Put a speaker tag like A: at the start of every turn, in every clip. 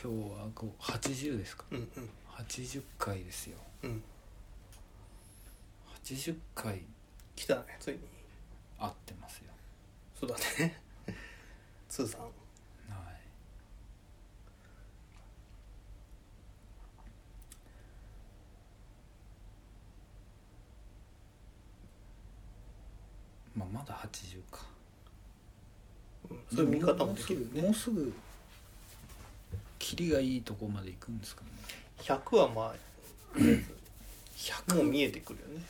A: 今日は5 80ですか
B: うんうん
A: 80回ですよ
B: うん
A: 80回
B: 来たねついに
A: 合ってますよ
B: そうだ ね通算
A: はいまあまだ80か
B: うんそういう見方もできるよね
A: もうすぐもうすぐキリがいいとこまで行くんですかね
B: 100はまあもう見えてくるよね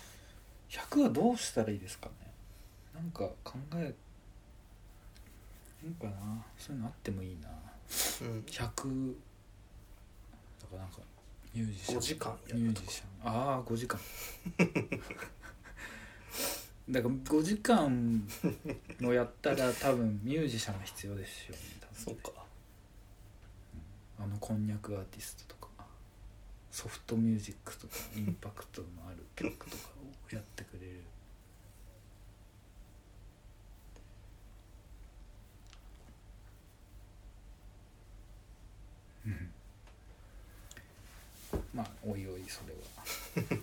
A: 100はどうしたらいいですかねなんか考えなんかなそういうのあってもいいな
B: うん
A: 100だからなんかミュージシャン
B: 5時間や
A: ミュ
B: る
A: ー
B: と
A: ジ
B: か
A: シャンああ5時間 だから5時間もやったら多分ミュージシャンが必要ですよね多分
B: そうか
A: あのこんにゃくアーティストとかソフトミュージックとかインパクトのある曲とかをやってくれるうんまあおいおいそれは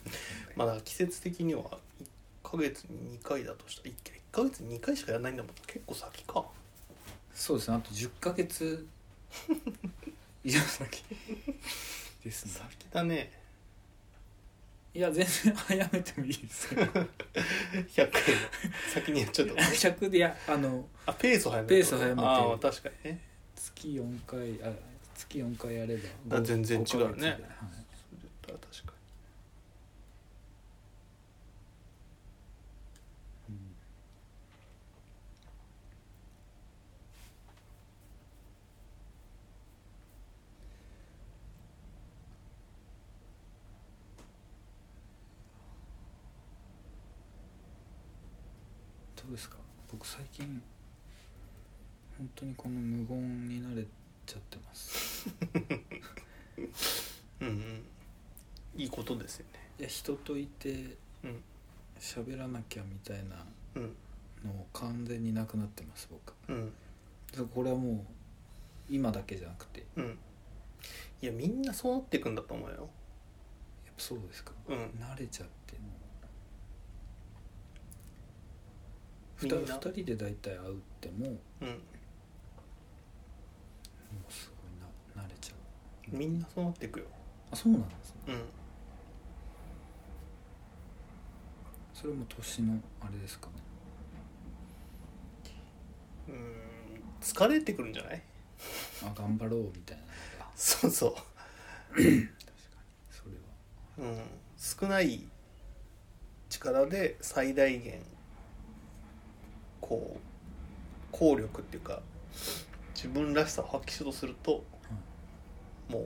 B: まあだから季節的には1ヶ月に2回だとしたら 1, ヶ月に2回しかやらないんだもん結構先か
A: そうですねあと10ヶ月以上先ですね
B: 先だね
A: いや全然早めてもいいです よ
B: 100回の先にやっちゃった
A: 100でやあの
B: あペースを早め
A: ペースを早めて
B: ああ確かにね
A: 月4回あ月4回やれば
B: あ
A: ご
B: 全然違うね
A: ごヶ月ではい
B: それだったら確か
A: うんどうですか僕最近本当にこの無言に慣れちゃってます
B: にうんうんいいことですよね
A: いや人といて
B: うん
A: 喋らなきゃみたいな
B: うん
A: の完全になくなってます僕
B: うん
A: そうこれはもう今だけじゃなくてや
B: うんいやみんなそうなっていくんだと思うよ
A: っぱそうですか
B: うん
A: 慣れちゃってもう
B: み
A: 2
B: んな
A: 人で大体会うってもも
B: うん
A: うすごいな慣れちゃう
B: みんなそうなっていくよ
A: あそうなんですね
B: うん
A: それも年のあれですかね
B: うーん疲れてくるんじゃない
A: あ頑張ろうみたいなのが
B: そうそ
A: それは
B: う、うん、少ない力で最大限こう効力っていうか自分らしさを発揮しようとすると、も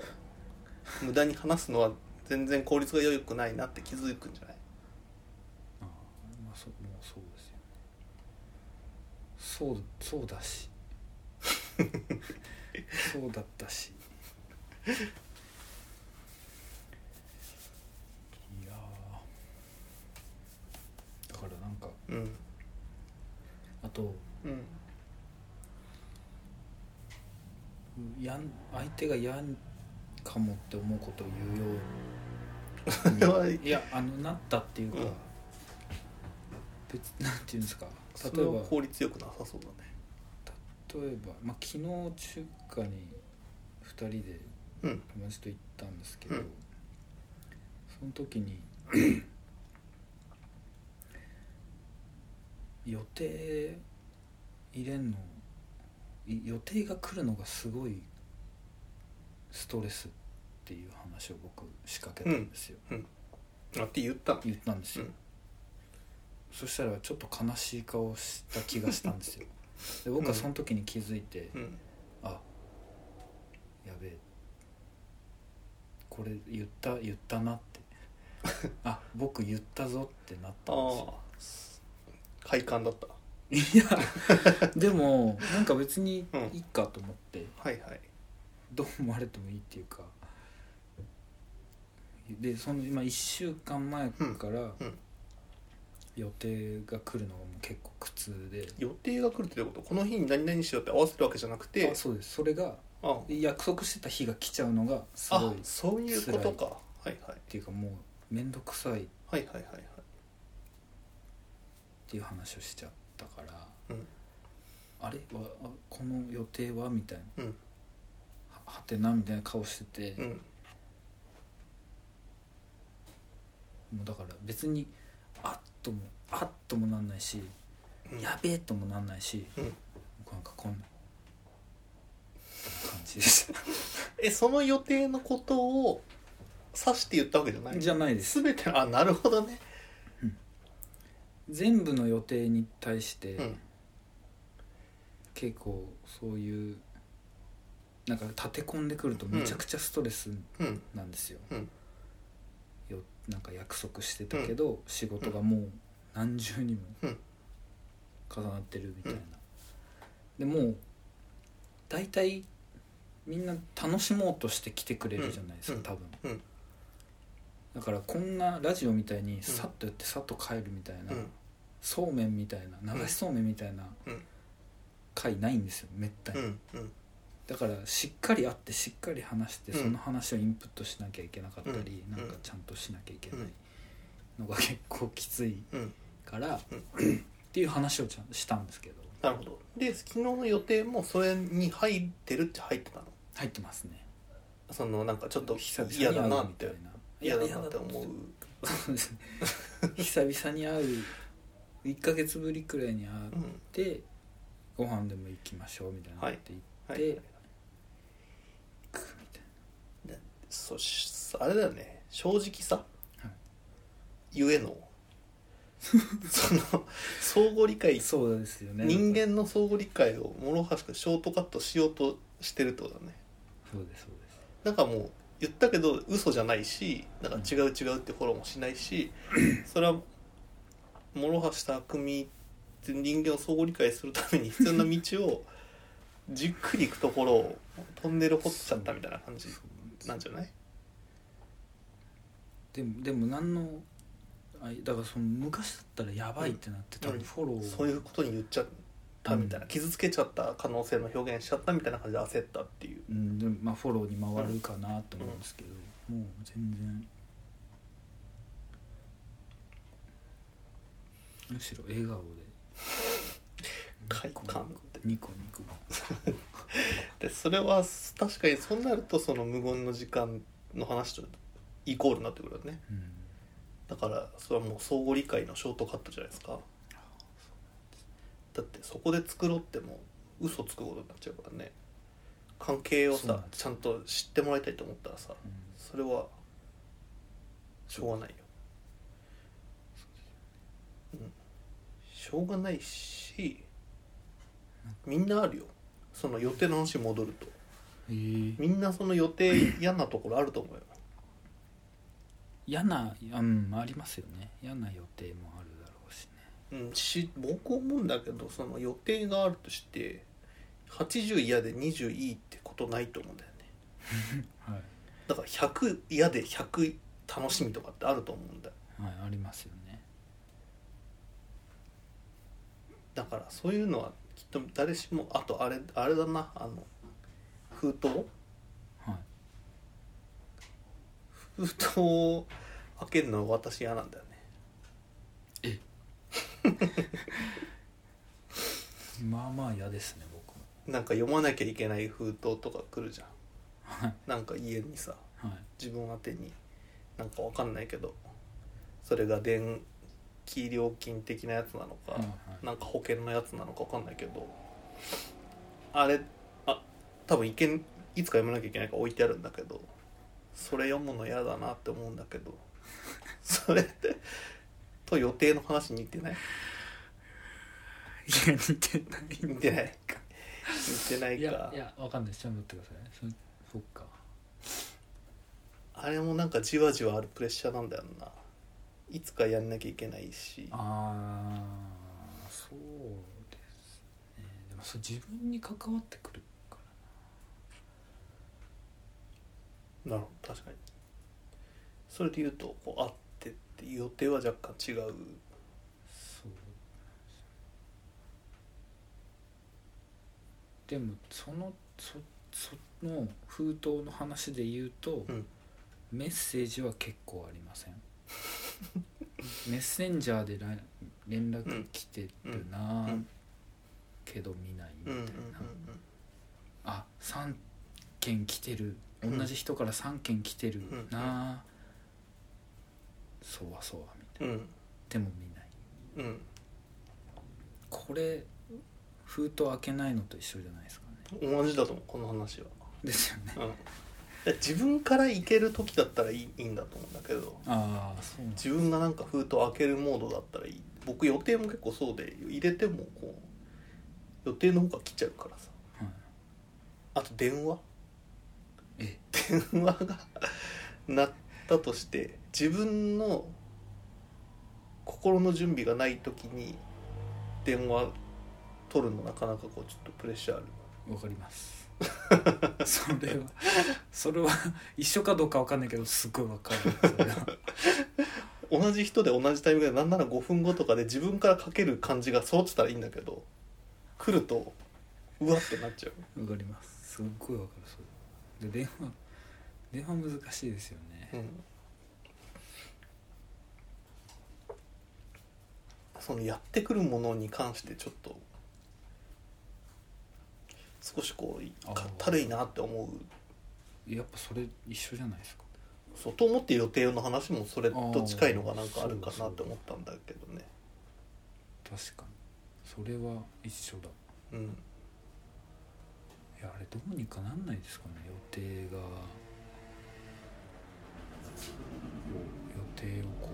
B: う無駄に話すのは全然効率が良くないなって気づくんじゃない
A: ああまあそもうそうですよねそうそうだ しそうだったしいやーだからなんか
B: うん
A: あと
B: うん
A: やん相手がやんかもって思うことを言うよ
B: それ は
A: うにいやあのなったっていうか、
B: うん
A: 別なんていうんですか
B: そ
A: 例
B: れ
A: え
B: は
A: ば
B: 効率よくなさそうだね
A: 例えば、まあ、昨日中華に2人で
B: うん
A: 友達と行ったんですけど、
B: うん
A: その時に 予定入れんのい予定が来るのがすごいストレスっていう話を僕仕掛けたんですよ、
B: あって言ったの
A: 言ったんですよ、
B: うん
A: そしたらちょっと悲しい顔をした気がしたんです よで僕はその時に気づいて、
B: うん
A: あやべえこれ言った言ったなって あ僕言ったぞってなった
B: ああ
A: ん
B: 快感だった
A: ですよいやでもなんか別に
B: うん
A: いいかと思って、
B: はいはい
A: どう思われてもいいっていうかでその今1週間前から、
B: うん
A: 予定が来るのがもう結構苦痛で
B: 予定が来るってどういうことこの日に何々しようって合わせるわけじゃなくて
A: あそうですそれが
B: ああ
A: 約束してた日が来ちゃうのがすごいっ
B: そういうことかはいはい
A: ていうかもう面倒くさいっ
B: はいはいはいはい
A: ていう話をしちゃったから、
B: うん
A: あれわあこの予定はみたいな、
B: うん
A: ははてなみたいな顔してて、
B: うん
A: もうだから別にあっともあっともなんないし、
B: うん
A: やべえともなんないし、
B: うん
A: 僕なんかこんな感じです
B: えその予定のことを指して言ったわけじゃない
A: じゃないです
B: 全てあなるほどね
A: 全部の予定に対して、
B: うん
A: 結構そういうなんか立て込んでくるとめちゃくちゃストレス
B: うん
A: なんですよ,、
B: うん
A: よなんか約束してたけど、仕事がもう何重にも
B: うん
A: 重なってるみたいな、でもう大体みんな楽しもうとして来てくれるじゃないですか、
B: うん
A: 多分、
B: うん
A: だからこんなラジオみたいにさっとやってさっと帰るみたいな、
B: うん
A: そうめんみたいな流しそうめんみたいな
B: うん
A: 回ないんですよめったに、
B: うんうん
A: だからしっかり会ってしっかり話して
B: うん
A: その話をインプットしなきゃいけなかったり、
B: うん
A: なんかちゃんとしなきゃいけないうのが結構きつい
B: うん
A: から、っていう話をちゃんしたんですけど
B: なるほどで昨日の予定もそれに入ってるっちゃ入ってたの
A: 入ってますね
B: そのなんかちょっと
A: 久々に
B: 嫌だ
A: 会
B: な
A: う
B: っ
A: みたい
B: て
A: な
B: 嫌だ
A: いや
B: なって思う
A: そうですね 久々に会う1ヶ月ぶりくらいに会っ
B: うん
A: てご飯でも行きましょうみたいなって言
B: は
A: っ
B: い
A: て行くみたい
B: そしあれだよね正直さ、
A: はい
B: ゆえ のその相互理解
A: なそうですよね
B: 人間の相互理解を諸橋君ショートカットしようとしてるってことだね
A: そうですそうです
B: なんかもう言ったけど嘘じゃないしなんか違う違うってフォローもしな いし、それは諸橋と匠って人間を相互理解するために必要な道をじっくり行くところをトンネル掘っちゃったみたいな感じなんじゃない
A: でもでも何のあだからその昔だったらやばいってなって多
B: う
A: 分
B: ん
A: フォローを
B: そういうことに言っちゃったみたいな、傷つけちゃった可能性の表現しちゃったみたいな感じで焦ったっていう
A: うんでもまあフォローに回るかなと思うんですけど、もう全然むしろ笑顔
B: 快
A: で
B: 感って
A: ニコニコ
B: でそれは確かにそうなるとその無言の時間の話とイコールになってくるよね
A: うん
B: だからそれはもう相互理解のショートカットじゃないですかだってそこで作ろうってもう嘘つくことになっちゃうからね関係を
A: そうな
B: さ
A: んです
B: ちゃんと知ってもらいたいと思ったらさ
A: うん
B: それはしょうがないようんしょうがないしみんなあるよその予定の話に戻ると
A: えー
B: みんなその予定嫌なところあると思うよ
A: 嫌なうんありますよね嫌な予定もあるだろうしね
B: うん、し僕思うんだけどその予定があるとして80嫌で20いいってことないと思うんだよね
A: はい、
B: だから100嫌で100楽しみとかってあると思うんだよ
A: はい、ありますよね
B: だからそういうのはきっと誰しもあとあれあれだなあの封筒
A: はい
B: 封筒を開けるの私嫌なんだよね
A: まあまあ嫌ですね僕も
B: なんか読まなきゃいけない封筒とか来るじゃん
A: はい
B: なんか家にさ
A: はい
B: 自分宛てになんかわかんないけどそれが電気料金的なやつなのか、
A: うんはい
B: なんか保険のやつなのかわかんないけどあれあ多分意見いつか読まなきゃいけないから置いてあるんだけどそれ読むの嫌だなって思うんだけど それってと予定の話に似てない
A: いや似てない
B: 似てない似てない
A: い
B: か
A: やいやわかんないちょっと待ってくださいそそっか
B: あれもなんかじわじわあるプレッシャーなんだよないつかやんなきゃいけないし
A: ああそうですねでもそれ自分に関わってくるか
B: なるほど確かにそれで言うとこう会ってっていう予定は若干違う
A: らでもそのそその封筒の話で言うと、
B: うん
A: メッセージは結構ありません メッセンジャーでら連絡来てるな、
B: うんうん
A: けど見ないみ
B: う
A: た
B: ん
A: い
B: うん
A: な、
B: うん
A: あ三3件来てる同じ人から3件来てる
B: うん
A: な、そわそわみたい
B: うんうん
A: なでも見ない
B: うん
A: これ封筒開けないのと一緒じゃないですかね
B: 同じだと思うこの話は、
A: ですよね
B: うん、で自分から行ける時だったらいいいいんだと思うんだけど
A: ああそうなん
B: 自分がなんか封筒開けるモードだったらいい僕予定も結構そうで入れてもこう予定の方が来ちゃうからさ
A: はい
B: あと電話
A: え
B: 電話が鳴ったとして自分の心の準備がない時に電話取るのなかなかこうちょっとプレッシャーある
A: わかります それはそれは一緒かどうかわかんないけどすごいわかるそれは
B: 同じ人で同じタイミングでなんなら5分後とかで自分からかける感じが揃ってたらいいんだけど来るとうわってなっちゃう
A: わかりますすっごいわかるそれで電話電話難しいですよね
B: うんそのやってくるものに関してちょっと少しこう
A: あー
B: かったるいなって思う
A: やっぱそれ一緒じゃないですか
B: そうと思って予定の話もそれと近いのがなんか
A: あー
B: あるか
A: そうそ
B: な
A: う
B: って思ったんだけどね
A: 確かにそれは一緒だ
B: うん
A: いやあれどうにかなんないですかね予定が予定をこ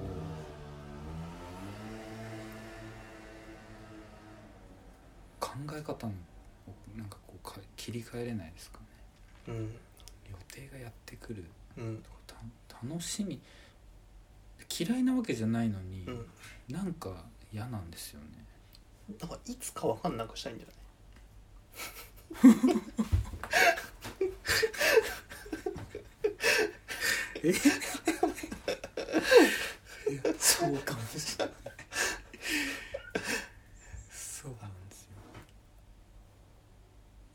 A: う考え方のなんかこうか切り替えれないですかね
B: うん
A: 予定がやってくる
B: うん
A: とかた楽しみ嫌いなわけじゃないのに、
B: うん
A: なんか嫌なんですよね
B: なんかいつかわかんなくしたいんじゃない
A: いやそうかもしれないそうなんですよ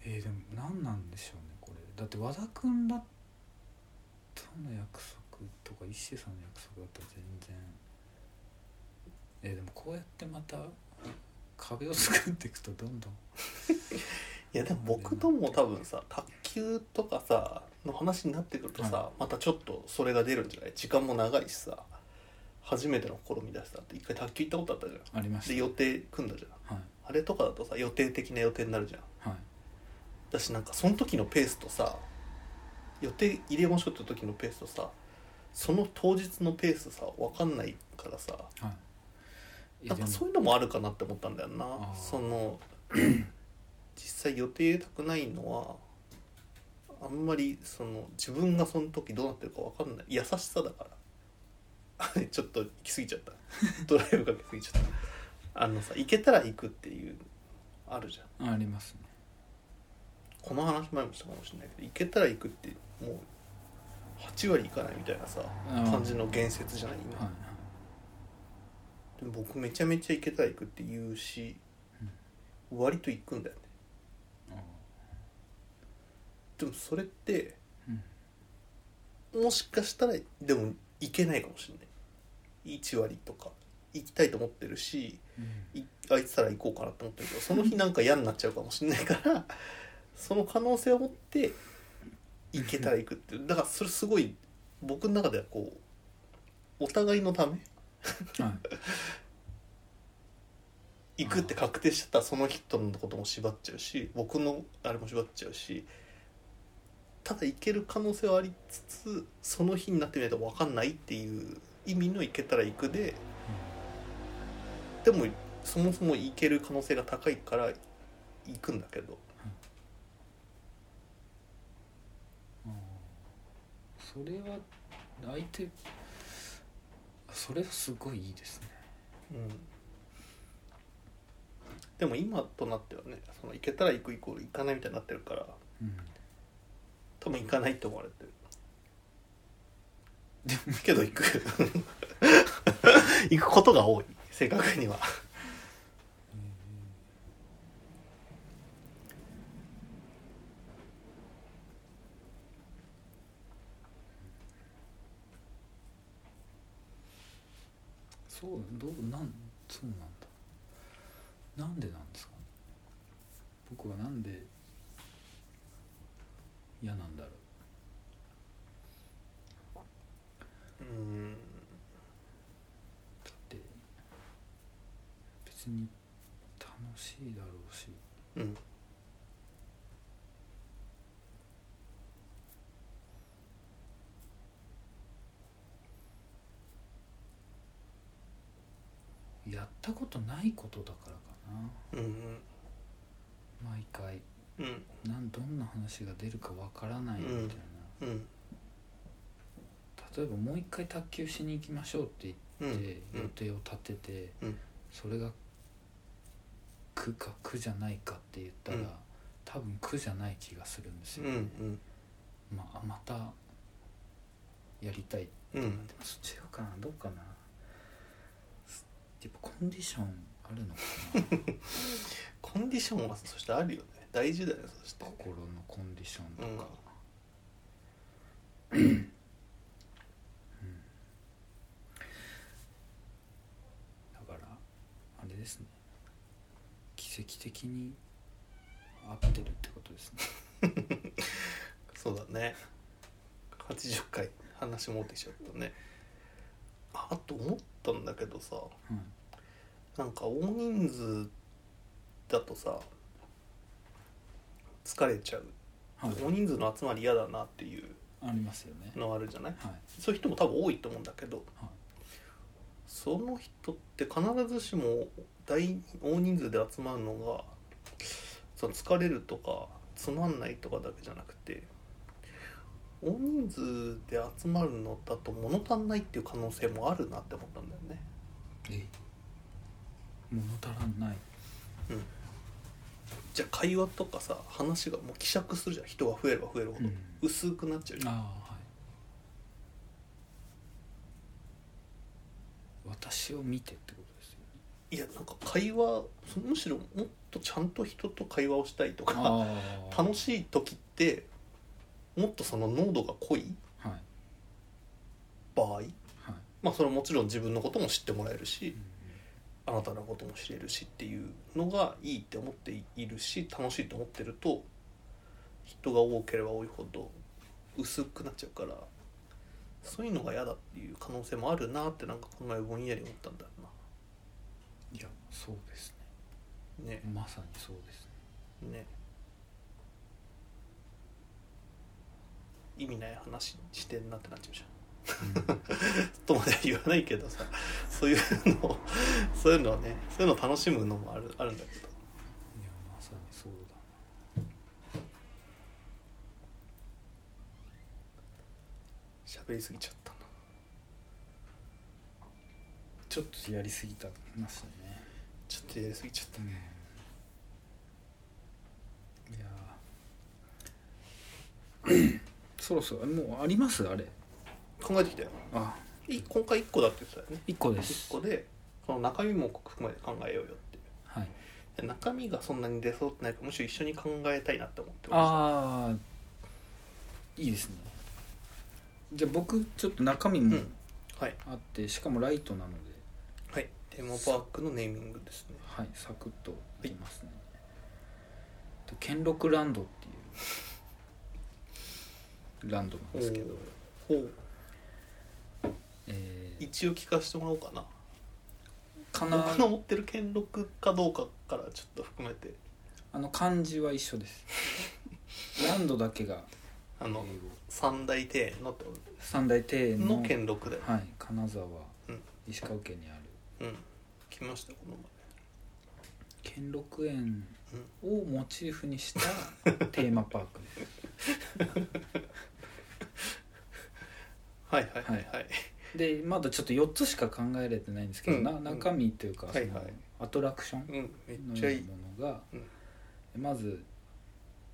A: えー、でも何なんでしょうねこれだって和田君らとの約束とか一星さんの約束だったら全然えー、でもこうやってまた壁を作っていくとどんどん
B: いやでも僕とも多分さ卓球とかさの話になってくるとさ、
A: は
B: またちょっとそれが出るんじゃない時間も長いしさ初めての試みだしさって一回卓球行ったことあったじ
A: ありま
B: ゃんで
A: し
B: 予定組んだじゃん
A: たはい
B: あれとかだとさ予定的な予定になるじゃん
A: はい
B: だしなんかその時のペースとさ予定入れましょうって時のペースとさその当日のペースさ分かんないからさ
A: はいいやで
B: なんか
A: も
B: そういうのもあるかなって思ったんだよな
A: あー
B: その実際予定入れたくないのはあんまりその自分がその時どうなってるか分かんない優しさだから あれちょっと行き過ぎち ゃったドライブかけ過ぎちゃったあのさ行けたら行くっていうあるじゃん
A: あありますね
B: この話前もしたかもしれないけど行けたら行くってもう8割行かないみたいなさ
A: うん
B: 感じの言説じゃない今、
A: はいはい
B: でも僕めちゃめちゃ行けたら行くって言うし、割と行くんだよね
A: あー
B: でもそれって
A: うん
B: もしかしたらでも行けないかもしれない1割とか行きたいと思ってるし
A: うん
B: いあいつたら行こうかなと思ってるけどその日なんか嫌になっちゃうかもしれないからその可能性を持って行けたら行くっていうだからそれすごい僕の中ではこうお互いのため
A: はい
B: 行くって確定しちゃったらその人のことも縛っちゃうし僕のあれも縛っちゃうしただ行ける可能性はありつつその日になってみないと分かんないっていう意味の行けたら行くででもそもそも行ける可能性が高いから行くんだけど
A: あーそれは相手それはすごいいいですね
B: うんでも今となってはねその行けたら行くイコール行かないみたいになってるから
A: うん
B: 多分行かないって思われてる
A: でも
B: けど行く 行くことが多い正確には
A: そうどうなんそうなんだなんでなんですか僕はなんで嫌なんだろう
B: うん
A: だって別に楽しいだろうし
B: うん
A: やったことないことだからか
B: うん
A: な毎回
B: うん
A: なんどんな話が出るかわからないみたいな、
B: うんうん
A: 例えばもう一回卓球しに行きましょうって
B: うんう
A: 言っ
B: ん
A: て予定を立てて、
B: うん
A: それが苦か苦じゃないかって言ったら、
B: うん
A: 多分苦じゃない気がするんです
B: う
A: よ、
B: んうん
A: まあまたやりたい
B: うん
A: でもそっち違うかなどうかなすやっぱコンディションあるのか な
B: コンディションはそしてあるよね大事だよねそして
A: 心のコンディションとか、
B: うん
A: だからあれですね奇跡的に合ってるってことですね
B: そうだね80回話持ってきちゃったねああと思ったんだけどさ
A: うん
B: なんか大人数だとさ疲れちゃう
A: はい
B: 大人数の集まり嫌だなっていう
A: ありますよね
B: のあるじゃない
A: はい
B: そういう人も多分多いと思うんだけど
A: はい
B: その人って必ずしも大大人数で集まるのがその疲れるとかつまんないとかだけじゃなくて大人数で集まるのだと物足んないっていう可能性もあるなって思ったんだよね。
A: え物足らんない
B: じゃあ会話とかさ話がもう希釈するじゃん人が増えれば増えるほど、
A: うん
B: 薄くなっちゃうじゃん
A: ああはい私を見てってことですよね
B: いやなんか会話そむしろもっとちゃんと人と会話をしたいとか
A: あ
B: 楽しい時ってもっとその濃度が濃い
A: はいはい
B: 場合まあそれはもちろん自分のことも知ってもらえるし
A: うん
B: あなたのことも知れるしっていうのがいいって思っているし楽しいと思ってると人が多ければ多いほど薄くなっちゃうからそういうのが嫌だっていう可能性もあるなってなんか考えぼんやり思ったんだよ
A: いやそうです
B: なね
A: ねまさにそう ですね
B: ね意味ない話してんなってなっちゃうじゃんとまでは言わないけどさそういうのをそういうのをねそういうのを楽しむのもあるあるんだけど
A: いやまさにそうだな
B: 喋りすぎちゃったな
A: ちょっとやりすぎたましたね
B: ちょっとやりすぎちゃった
A: うんいや ーそろそろもうありますあれ
B: 考えてきたよ
A: あ
B: い今回1個だって言ってたよね
A: 一個です
B: 1個でその中身も含めて考えようよって
A: はい
B: で中身がそんなに出そうってないからむしろ一緒に考えたいなって思ってま
A: ああいいですねじゃあ僕ちょっと中身も
B: うんしたはい
A: あって、しかもライトなので
B: はいテーマパークのネーミングですね
A: はいサクッといきますね、とケンロクランドっていうランドなんですけど、
B: ほう
A: えー、
B: 一応聞かせてもらおうかな
A: かな
B: 僕の持ってる権力かどうかからちょっと含めて
A: あの漢字は一緒 ですランドだけが
B: あ
A: 英
B: の
A: 語
B: 三大庭園のってこ
A: 三大庭
B: と
A: 園の
B: の兼六だよ、
A: はい、金沢、
B: うん
A: 石川県にある
B: うん来ましたこの
A: 兼六園をモチーフにしたテーマパークです
B: 前はいはいはいはい、
A: でまだちょっと4つしか考えれてないんですけど、
B: うん
A: な中身というか、
B: はいはい
A: そのアトラクション
B: うんめっ
A: の
B: ちゃい
A: よ
B: いう
A: なものが、
B: めっ
A: まず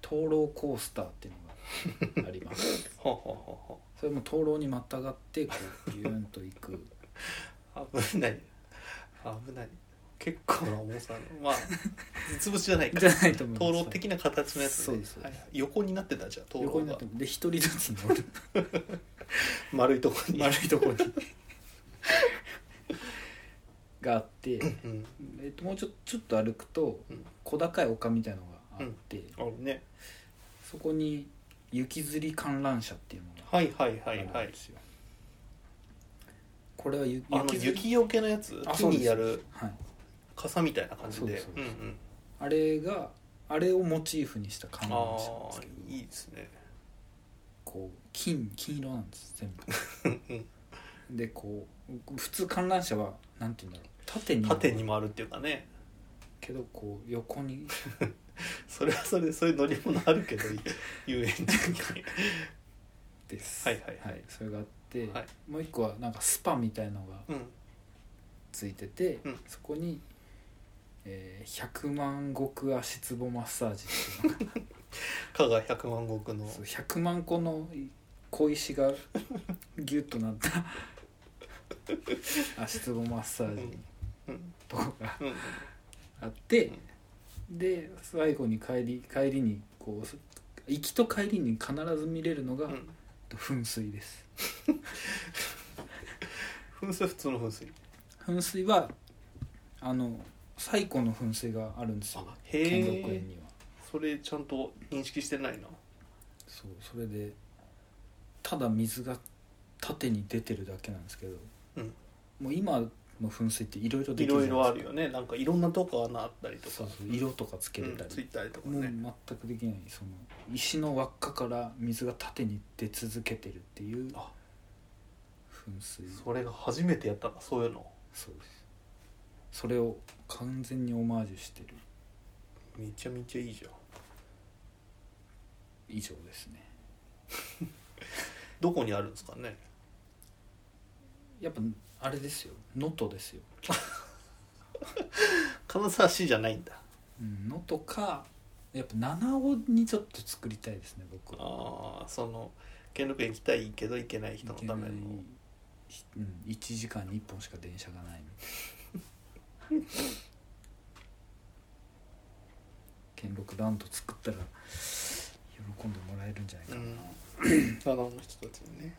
A: 灯籠コースターっていうのがあります
B: はあ、はあは
A: それも灯籠にまたがってこうビューンと行 く
B: あはあ、危ない危ない結構な重さの まあ実物じゃないか
A: じゃ
B: ら
A: ないと思います
B: 灯籠的な形のやつ、ね、
A: そうですそう
B: は
A: で
B: い
A: す
B: はい、横になってたじゃん灯
A: 横
B: 籠
A: にな
B: が
A: ってもで一人ずつ乗る
B: 丸いとこに
A: 丸いところに があって、
B: うん
A: えっと、もうちょちょっと歩くと
B: うん
A: 小高い丘みたいのがあって、
B: あるね
A: そこに雪吊り観覧車っていうのが
B: はいはい
A: あ
B: はいは
A: るん
B: い
A: ですよ、これはゆ
B: あの
A: 吊り
B: 雪よけのやつ
A: あ
B: 木
A: そうです
B: にやる
A: はい、
B: 傘みたいな感じ
A: そう
B: で
A: です
B: うんうん
A: あれがあれをモチーフにした観覧車
B: あ
A: なんですけど
B: ーいいですね
A: こう金金色なんです全
B: うん
A: 部でこう普通観覧車はなんて言うんだろう縦に
B: 縦にもあるっていうかね
A: けどこう横に
B: それはそれでそういう乗り物あるけど遊園地に
A: です
B: はいはい
A: はい、それがあって、
B: はい
A: もう一個はなんかスパみたいのが
B: うん
A: ついてて、
B: うん
A: そこに、えー100万石足つぼマッサージっていうのが
B: 加賀百万石の
A: そう100万個の小石がギュッとなった 足つぼマッサージ
B: うん
A: とかが
B: うん
A: あって、で最後に帰り帰りにこうす行きと帰りに必ず見れるのが
B: うん
A: 噴水です
B: 噴水は普通の噴水
A: 噴水はあの最古の噴水があるんですよ
B: あへ
A: 兼六園
B: え
A: には
B: それちゃんと認識してないな
A: そうそれでただ水が縦に出てるだけなんですけど、
B: うん
A: もう今の噴水っていろいろで
B: い
A: きる
B: ろ
A: じ
B: い
A: ゃな
B: ろあ
A: いで
B: るよねなんかいろんなとこ穴あったりと
A: すか
B: か
A: そうそう色とかつけれ
B: うん
A: た
B: つい
A: り、
B: たりとか
A: もう
B: ね
A: 全くできないその石の輪っかから水が縦に出続けてるっていう噴
B: あ
A: 水
B: それが初めてやったなそういうの
A: そうですそれを完全にオマージュしてる
B: めちゃめちゃいいじゃん
A: 以上ですね
B: どこにあるんですかね
A: やっぱあれですよ能登ですよ
B: 金沢市じゃないんだ
A: うん能登、かやっぱ七尾にちょっと作りたいですね僕は
B: ああその兼六園行きたいけど行けない人のた
A: いけ
B: めの
A: ないうん、1時間に1本しか電車がないみたいな兼六ランド作ったら喜んでもらえるんじゃないかな、
B: うん あの人たちにね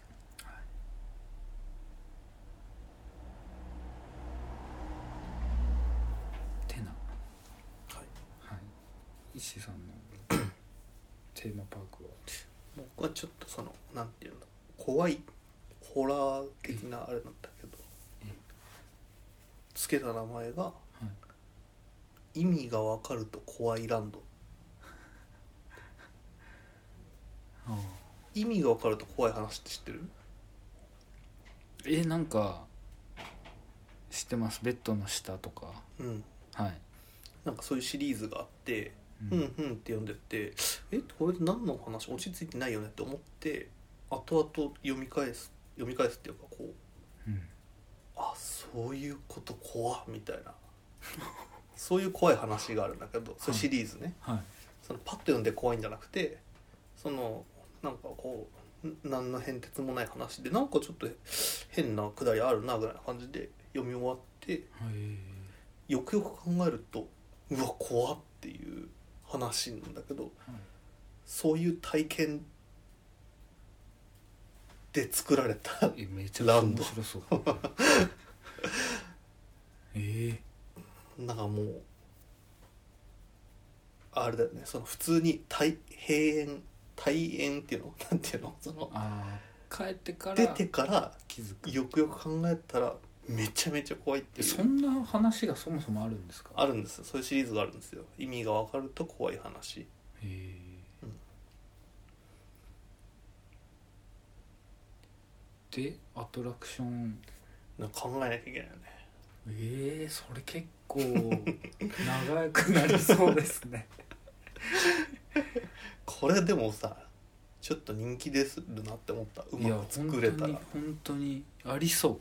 A: てな
B: はい
A: はい石井さんの テーマパークは
B: 僕はちょっとそのなんていうの怖いホラー的なあれなんだけど
A: うん
B: つけた名前が
A: い
B: 「意味がわかると怖いランド」
A: あ
B: 意味がわかると怖い話って知ってる
A: えなんか知ってますベッドの下とか
B: うん
A: はい、
B: なんかそういうシリーズがあって「
A: う
B: うんんうん」って読んでて「えこれで何の話落ち着いてないよね」って思って後々読み返す読み返すっていうかこう
A: うん
B: あそういうこと怖っみたいなそういう怖い話があるんだけどそういうシリーズね、
A: はい
B: そのパッと読んで怖いんじゃなくてそのなんかこうん何の変哲もない話でなんかちょっと変なくだりあるなぐらいな感じで読み終わって
A: はい
B: よくよく考えるとうわ怖っっていう話なんだけどそういう体験で作られた
A: えめちゃくちゃ面白そう え
B: なんかもうあれだよねその普通に体閉園退園っていうのなんていうのそ
A: ー
B: の
A: あー帰ってから
B: 出てから
A: 気づく
B: よくよく考えたらめちゃめちゃ怖いって
A: え
B: い。
A: そうんな話がそもそもあるんですか
B: あるんですよそういうシリーズがあるんですよ意味がわかると怖い話
A: へえでアトラクション
B: なんか考えなきゃいけないよね
A: えー、それ結構長くなりそうです ね
B: これでもさちょっと人気でするなって思ったう
A: いや
B: まく
A: 本当
B: 作れた
A: に
B: ら
A: 本当にありそ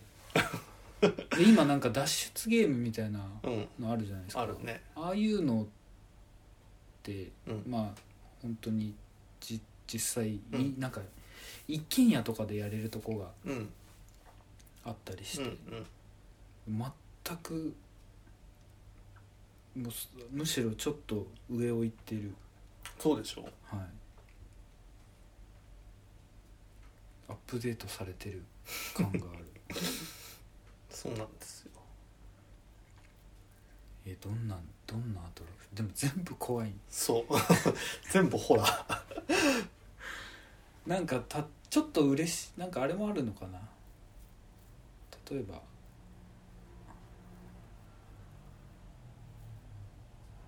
A: う で今なんか脱出ゲームみたいな
B: うん
A: のあるじゃないですか
B: あるね
A: ああいうのって
B: うん
A: まあ本当にじ実際に、
B: うん
A: なんか一軒家とかでやれるとこが
B: うん
A: あったりし
B: うん
A: て、全くもうすむしろちょっと上を行ってる
B: そうでしょ
A: はいアップ デートされてる感がある
B: そうなんですよ
A: えどんなどんなアトラクションでも全部怖い
B: そう全部ホラー
A: なんかたちょっと嬉しいなんかあれもあるのかな例えば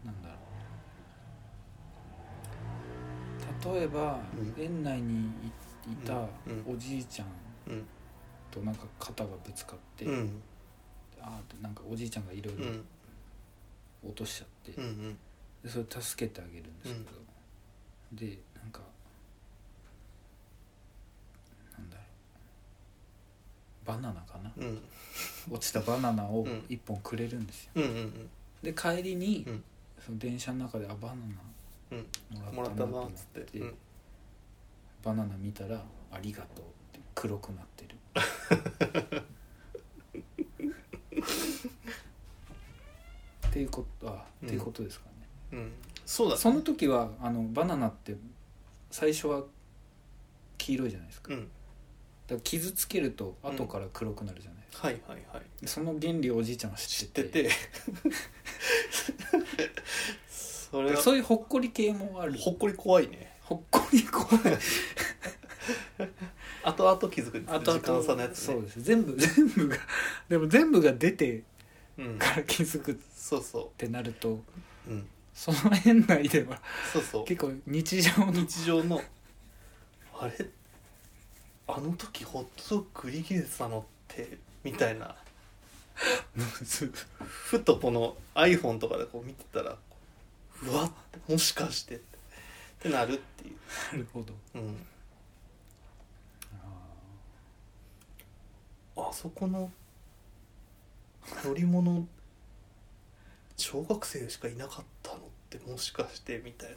A: なんだろう例えば、
B: うん
A: 園内にいいた
B: うん
A: おじいちゃん
B: うん
A: となんか肩がぶつかって、
B: うん
A: あーってなんかおじいちゃんがいろい
B: うん
A: ろ落としちゃって、
B: うんうん
A: でそれ助けてあげるんですけど、でなんかなんだろうバナナ かな
B: うん
A: 落ちたバナナを
B: うん
A: 1本くれるんですよ、
B: うんうん
A: で帰りに、
B: うん
A: その電車の中であバナ
B: うん
A: ナ
B: も
A: も
B: ら
A: ら
B: っ
A: った
B: た
A: なと
B: な
A: 思っ
B: っつってて、うん、
A: バナナ見たら「ありがとう」って黒くなって るっていうことあっていうことですかね、
B: うん、そうだ
A: その時はあのバナナって最初は黄色いじゃないですか,、
B: う
A: だ
B: ん
A: から傷つけると後から黒くなるじゃないですか、
B: はいはいはい
A: その原理をおじいちゃんは知
B: 知っ
A: って
B: て
A: て
B: てそ
A: だ
B: れ
A: から
B: は
A: そういうほっこり系もある
B: ほっこり怖いね
A: ほっこり 怖い
B: 後々気づく
A: あ
B: 時間差のやつ
A: そう
B: ね
A: です全部 全部がでも全部が出て
B: うん
A: から気づくっ
B: そうそ
A: てなると
B: ううん
A: その園内では
B: そうそう
A: 結構日常の
B: 日常のあれあの時ホットドッグ売り切れてたのってみたいなふとこの iPhone とかでこう見てたらうわってもしかしてってってなるっていう、
A: なるほど
B: うん、
A: あ
B: あそこの乗り物小学生しかいなかったのってもしかしてみたいな、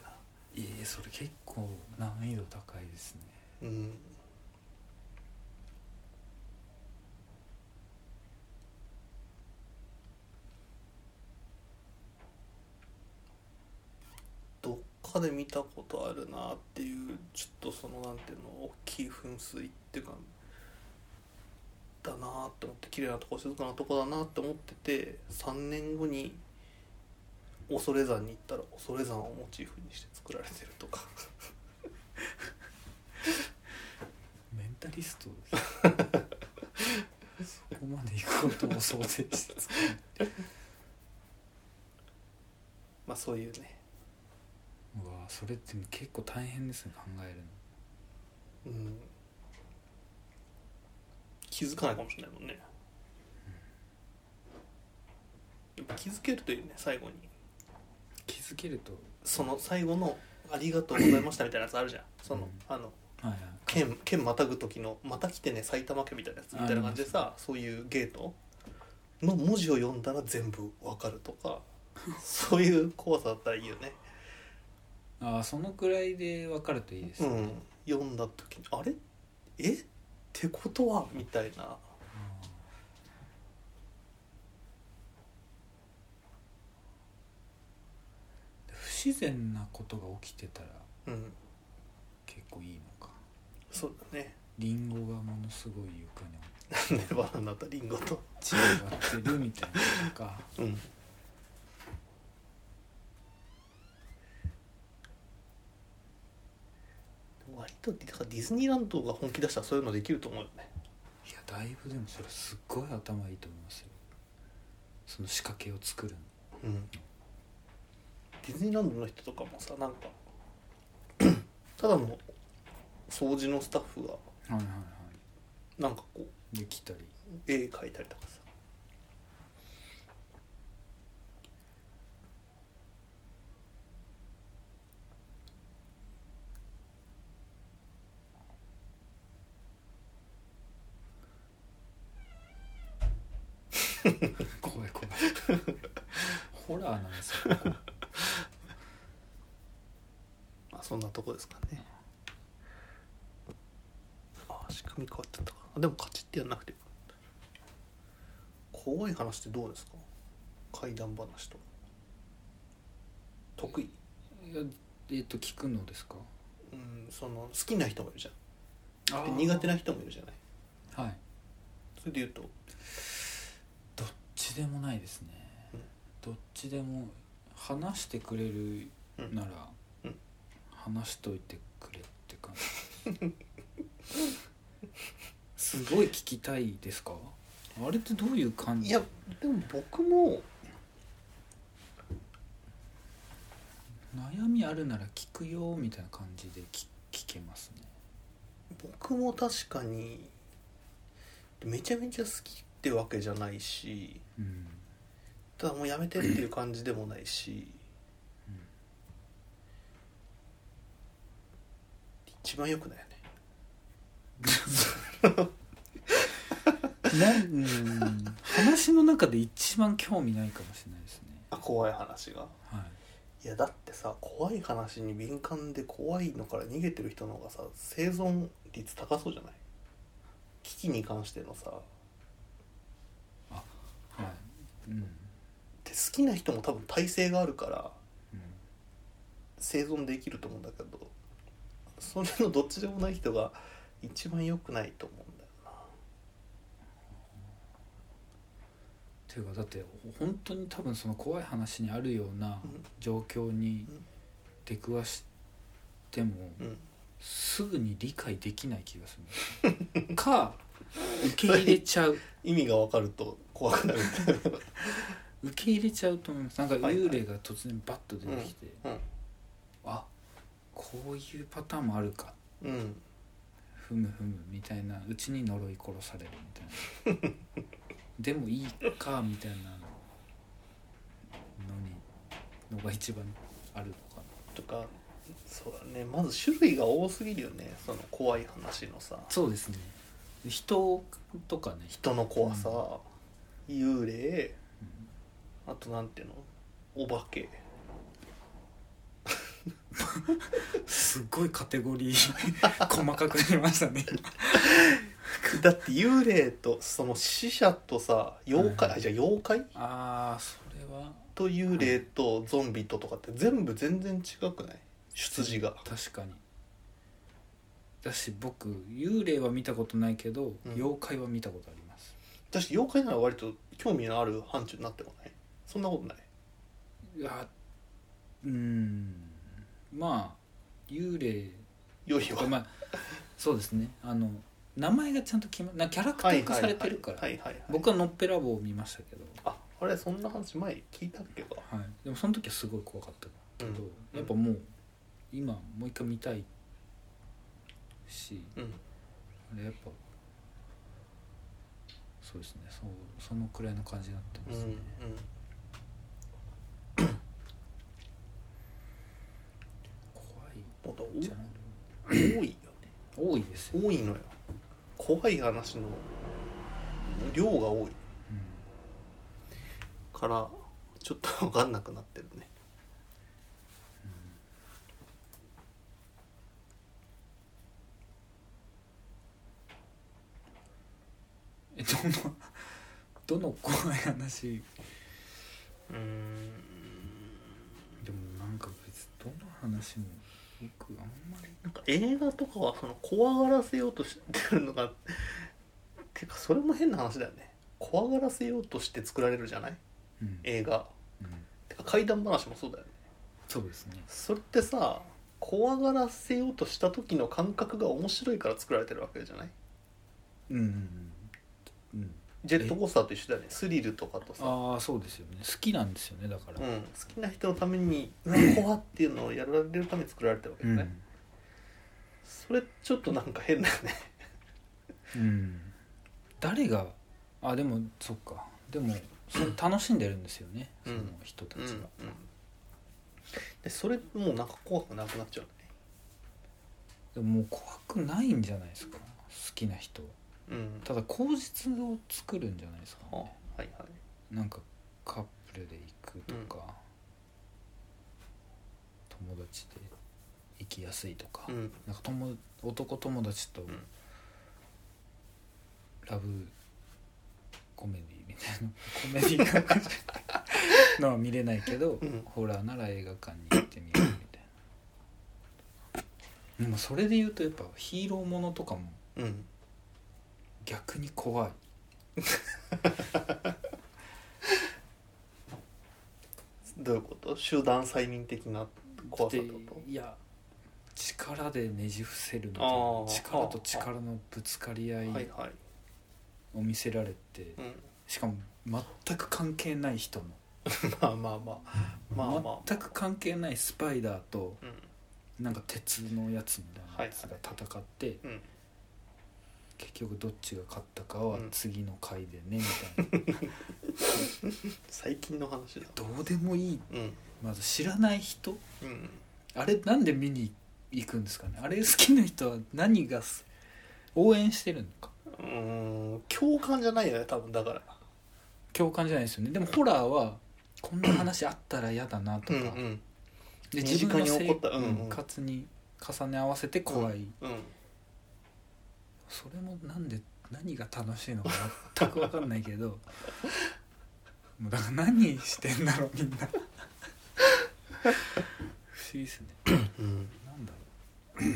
A: ーええそれ結構難易度高いですね
B: うん、どっかで見たことあるなっていうちょっとそのなんていうの大きい噴水っていうかだなーって思って綺麗なとこ静かなとこだなって思ってて3年後に恐山に行ったら恐山をモチーフにして作られてるとか
A: メンタリスト ですそこまで行くことも想定して作る
B: まあそういうね
A: うわーそれって結構大変ですね考えるの
B: うん気づかないかもしれないもんねやっぱ気づけるというね最後に
A: 気づけると
B: その最後の「ありがとうございました」みたいなやつあるじゃんその、
A: うん
B: あの
A: はいはい
B: 県県またぐ時の「また来てね埼玉県」みたいなやつみたいな感じでさそういうゲートの文字を読んだら全部わかるとかそういう怖さだったらいいよね
A: ああそのくらいで分かるといいです
B: う
A: ね、
B: ん読んだ時に「あれえってことは?」みたいな
A: 不自然なことが起きてたら
B: うん
A: 結構いいのか
B: そうだね
A: リンゴがものすごい床に
B: ネバナナとリンゴと、
A: 散らばってるみたいなのか
B: うん、割とだからディズニーランドが本気出したらそういうのできると思うよね
A: いやだいぶでもそれすっごい頭いいと思いますよその仕掛けを作るの
B: うんディズニーランドの人とかもさなん かただの掃除のスタッフが
A: はいはいは
B: なんかこう
A: いできたり
B: 絵描いたりとかさ
A: 怖い怖い ホラーなんですよここ
B: まあそんなとこですかねあ仕組み変わってたかあでもカチってやんなくてよかった怖い話ってどうですか怪談話とか得意
A: いやえっと聞くのですか
B: うんその好きな人もいるじゃんで
A: ー
B: 苦手な人もいるじゃない
A: はい
B: それで言うと
A: どっちでもないですね、
B: うん
A: どっちでも話してくれるなら、
B: うんうん
A: 話しといてくれって感じ すごい聞きたいですかあれってどういう感じ
B: いやでも僕も
A: 悩みあるなら聞くよみたいな感じで聞聞けますね
B: 僕も確かにめちゃめちゃ好きってわけじゃないし
A: うん
B: ただもうやめてっていう感じでもないし、
A: うん
B: 一番よくないよね
A: なうん話の中で一番興味ないかもしれないですね
B: あ怖い話が
A: はい
B: いやだってさ怖い話に敏感で怖いのから逃げてる人の方がさ生存率高そうじゃない危機に関してのさ
A: はいうん
B: で好きな人も多分耐性があるから
A: うん
B: 生存できると思うんだけどそれのどっちでもない人が一番良くないと思うんだよな
A: ていうかだって本当に多分その怖い話にあるような
B: うん
A: 状況に
B: うん
A: 出くわしても
B: うん
A: すぐに理解できない気がするん ですよか受け入れちゃう
B: 意味が分かると怖くな るみたいな
A: 受け入れちゃうと思いますなんか
B: いはい
A: 幽霊が突然バッと出てきて、
B: うん
A: あこういうパターンもあるか
B: うん
A: ふむふむみたいなうちに呪い殺されるみたいな でもいいかみたいなのにのが一番あるのかな
B: とかそうだねまず種類が多すぎるよねその怖い話のさ
A: そうですね人とかね人
B: 人の怖さ、幽霊
A: うん
B: あとなんていうのお化け
A: すっごいカテゴリー 細かくなりましたね
B: だって幽霊とその死者とさ妖怪、
A: はいはい
B: あじゃあ妖怪
A: ああそれは
B: と幽霊とゾンビととかって全部全然違くない出自が
A: 確かにだし僕幽霊は見たことないけど、
B: うん
A: 妖怪は見たことあります
B: 私妖怪なら割と興味のある範疇になってこないそんなことない
A: いやうーんまあ幽霊
B: よりは
A: まあそうですねあの名前がちゃんと決まなキャラクター化されてるから、
B: はいはいはいはいはい
A: 僕はのっぺらぼうを見ましたけど、
B: ああれそんな話前聞いたっけか
A: はい、でもその時はすごい怖かった
B: う
A: けど、
B: ん
A: やっぱもう今もう一回見たいし
B: うん
A: あれやっぱそうですねそうそのくらいの感じになって
B: う
A: ま
B: んう
A: すね、
B: ん
A: 怖
B: もっと
A: いじゃん
B: 多いよね
A: 多いですよ、
B: 多いのよ怖い話の量が
A: う
B: 多い
A: ん
B: からちょっと分かんなくなってるね
A: えどの どの怖い話
B: うん
A: でもなんか別にどの話も僕あんまり
B: なんか映画とかはその怖がらせようとしてるのがてかそれも変な話だよね怖がらせようとして作られるじゃない
A: うん、
B: 映画
A: うん、
B: てか怪談話もそうだよね
A: そうですね
B: それってさ怖がらせようとした時の感覚が面白いから作られてるわけじゃない
A: うんうんうんうん
B: ジェットコースターと一緒だよねスリルとかとさ
A: ああそうですよね好きなんですよねだから
B: うん、好きな人のために「うわ怖」っていうのをやられるために作られてるわけ
A: う
B: だ
A: ん
B: ね、それちょっとなんか変だよ ね
A: うん誰があでもそっかでもそれ楽しんでるんですよね、
B: うん
A: その人たち
B: うん、
A: が、
B: でそれもうなんか怖くなくなっちゃうね
A: でももう怖くないんじゃないですか好きな人は
B: うん
A: ただ口実を作るんじゃないですか、
B: は
A: ね
B: あはいはい
A: なんかカップルで行くとか、友達で行きやすいとか、
B: うん
A: なんか友男友達と
B: ん
A: ラブコメディみたいなコメディーなのは見れないけど、
B: うん
A: ホラーなら映画館に行ってみようみたいなでもそれで言うとやっぱヒーローものとかも
B: うん
A: 逆に怖い
B: どういうこと集団催眠的な怖さってこ
A: でいや力でねじ伏せるみたい
B: あ
A: な
B: ー
A: 力と力のぶつかり合
B: とはい
A: い
B: はい、
A: を見せられて
B: うん、
A: しかも全く関係ない人の、
B: まあまあまあまあまあまあ
A: 全く関係ないスパイダーと
B: うん
A: なんか鉄のやつみたいなやつが戦って、
B: うん
A: 結局どっちが勝ったかは次の回でねみたい な、
B: 最近の話だ
A: どうでもいい
B: うん
A: まず知らない人
B: うん
A: あれなんで見に行くんですかねあれ好きな人は何がす応援してるのか
B: うーん共感じゃないよね多分だから
A: 共感じゃないですよねでもホラーはこんな話あったら嫌だなと
B: う
A: か、
B: んうん
A: で
B: 身
A: 自
B: 近
A: 分の
B: に起こったうんうん
A: 生活に重ね合わせて怖い、
B: うん
A: それもなんで何が楽しいのか全く分かんないけど もうだから何してんだろうみんな不思議ですね
B: うん
A: なんだろう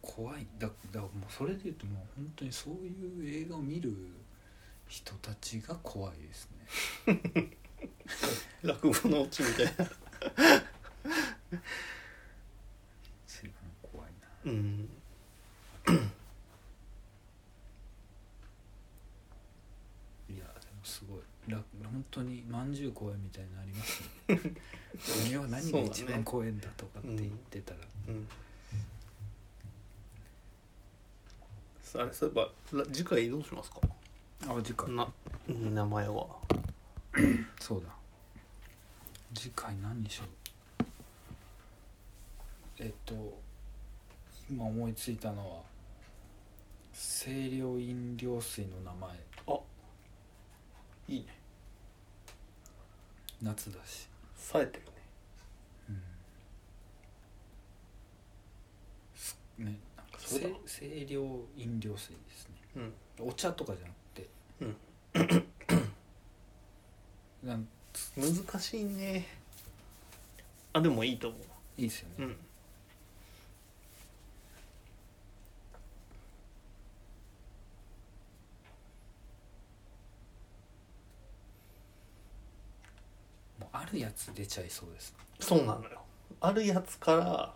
A: 怖いだだもうそれで言うともう本当にそういう映画を見る人たちが怖いですね
B: 落語のオチみたいな
A: 随分怖いな
B: うん
A: いやでもすごいら本当にまんじゅう怖いみたいになりますね俺は何が一番怖いんだとかって言ってたら、
B: うんあれそういえばら次回どうしますか
A: あ次回
B: な名前は
A: そうだ次回何にしようえっと今思いついたのは清涼飲料水の名前
B: いいね
A: 夏だし、
B: 冴えてるね
A: うんすねなんか
B: そうだ
A: 清清涼飲料水ですね
B: うん
A: お茶とかじゃなくて なん
B: 難しいねあでもいいと思
A: いいですよね
B: う、うん
A: もうあるやつ出ちゃいそうです
B: そうなのよあるやつから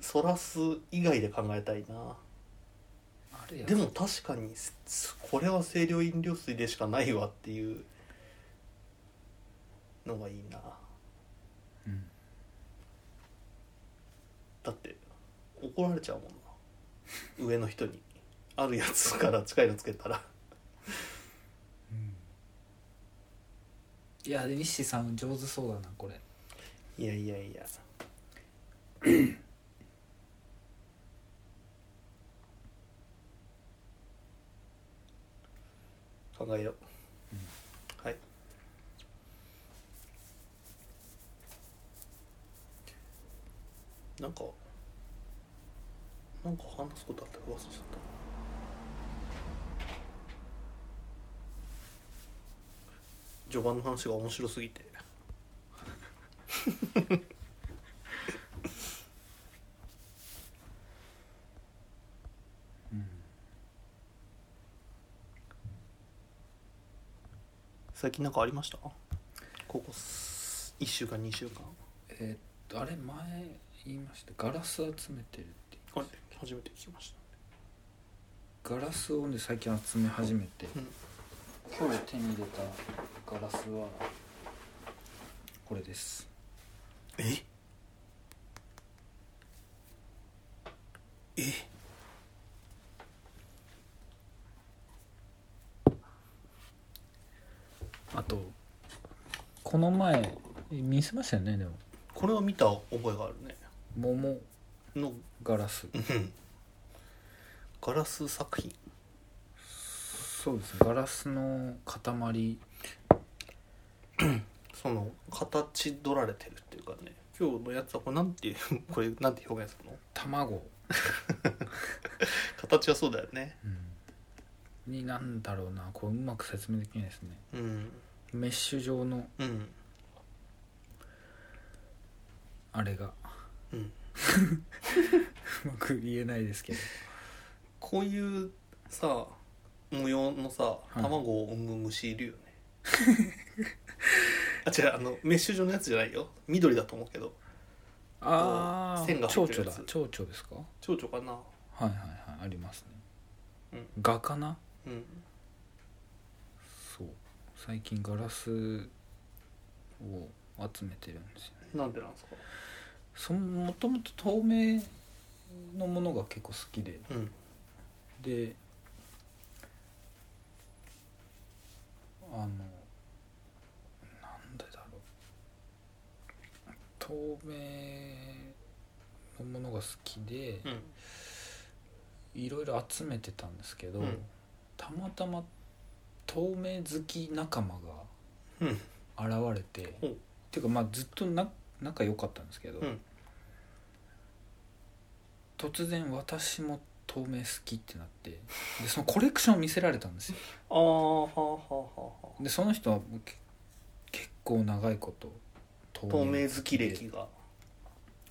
B: そらす以外で考えたいな
A: あるやつ
B: でも確かにすすこれは清涼飲料水でしかないわっていうのがいいな
A: うん
B: だって怒られちゃうもんな上の人にあるやつから近いのつけたら
A: いやで西さん上手そうだなこれ
B: いやいやいや 考えよう、はいなんかなんか話すことあったら忘れちゃった序盤の話が面白すぎて
A: うん
B: 最近なんかありましたここ1週間2週間
A: えーっとあれ前言いましたガラス集めてるって
B: あれ初めて聞きまし
A: ガラスをね最近集め始めて、
B: うん
A: 今日手に入れたガラスはこれです
B: たええ
A: あとこの前見せましたよねでも
B: これは見た覚えがあるね
A: 桃
B: の
A: ガラス
B: うんガラス作品
A: そうですねガラスの塊
B: その形取られてるっていうかね今日のやつはこれなんていうこれなんて表現するの
A: 卵、
B: 形はそうだよね
A: うん、になんだろうなこれうまく説明できないですね
B: うん
A: メッシュ状の
B: うん
A: あれが
B: うん
A: うまく言えないですけど
B: こういうさ模様のさ
A: い
B: 卵を産む虫いるよね、 あ違うあのメッシュ状のやつじゃないよ緑だと思うけど
A: ああ
B: 線が入
A: 蝶
B: ってる
A: 々
B: や
A: だ
B: つ
A: 蝶々ですか
B: 蝶々かな
A: はいはいはいあります
B: う
A: ね
B: ん
A: 画かな
B: うん
A: そう最近ガラスを集めてるんですよね
B: なんでなんですか
A: そのもともと透明のものが結構好きで
B: うん
A: であのなんでだろう透明のものが好きで
B: うん
A: いろいろ集めてたんですけど、
B: うん
A: たまたま透明好き仲間
B: うん
A: が現れて、
B: ほう
A: っていうかまあずっとな仲良かったんですけど、
B: うん
A: 突然私も透明好きってなってでそのコレクションを見せられたんですよ
B: ああはあはあはあは
A: でその人はもうけ結構長いこと透
B: あ透明
A: で
B: 好き歴が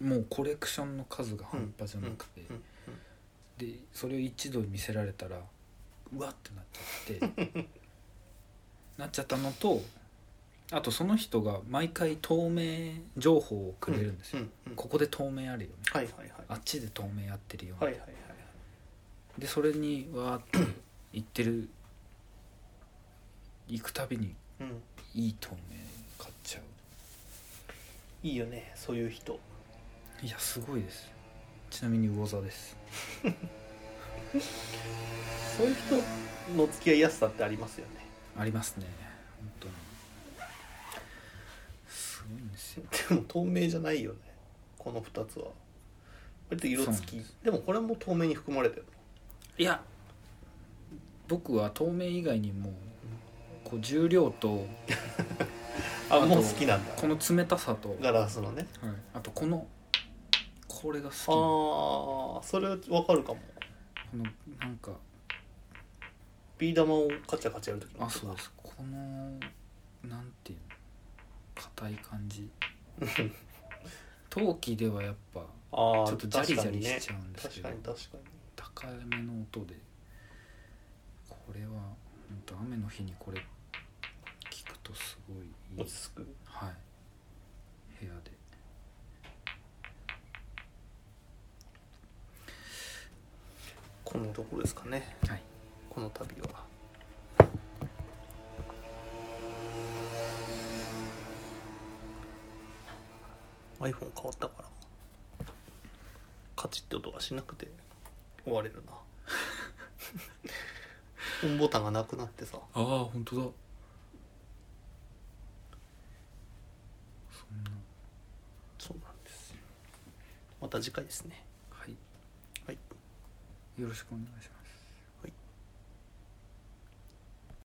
A: もうコレクションの数が半端じゃなくて、
B: うん
A: でそれを一度見せられたらうわってなっちゃって なっちゃったのとあとその人が毎回透明情報をくれるんですよ、
B: うんうんうん
A: ここで透明あるよね
B: はいはいはい
A: あっちで透明やってるよね、
B: はいはいはい
A: でそれにわーって行ってる行くたびに
B: うん
A: いい透明買っちゃ
B: いいよねそういう人
A: ういやすごいですちなみに魚座です
B: そういう人の付き合いやすさってありますよね
A: ありますね本当にすごいんですよ
B: でも透明じゃないよねこの2つは割と色付
A: そう
B: き
A: なん
B: で
A: です
B: もこれも透明に含まれてる
A: いや僕は透明以外にもこう重量と
B: あ
A: あと
B: もう好きなんだ
A: この冷たさと、はい、
B: ガラスのね
A: あとこのこれが
B: あ
A: 好
B: あそれわかるか
A: きこ
B: も
A: のなんか
B: ビー玉をカチャカチャやるとき
A: あそうですこのなんていうの硬い感じ 陶器ではやっぱ
B: ああ
A: ちょっとジャリジャリしち
B: ゃ
A: ゃうんですけ
B: 確
A: ど、
B: かに確かに
A: 高めの音でこれは本当雨の日にこれ聞くとすごいいい
B: 落ち着く
A: はい部屋で
B: このところですかね
A: はい
B: この旅はアイフォン変わったからカチッって音がしなくて終われ るなオンボタンがなくなってさ
A: ああ本当だそんな
B: そうなんですよまた次回ですね
A: はい
B: はい
A: よろしくお願いします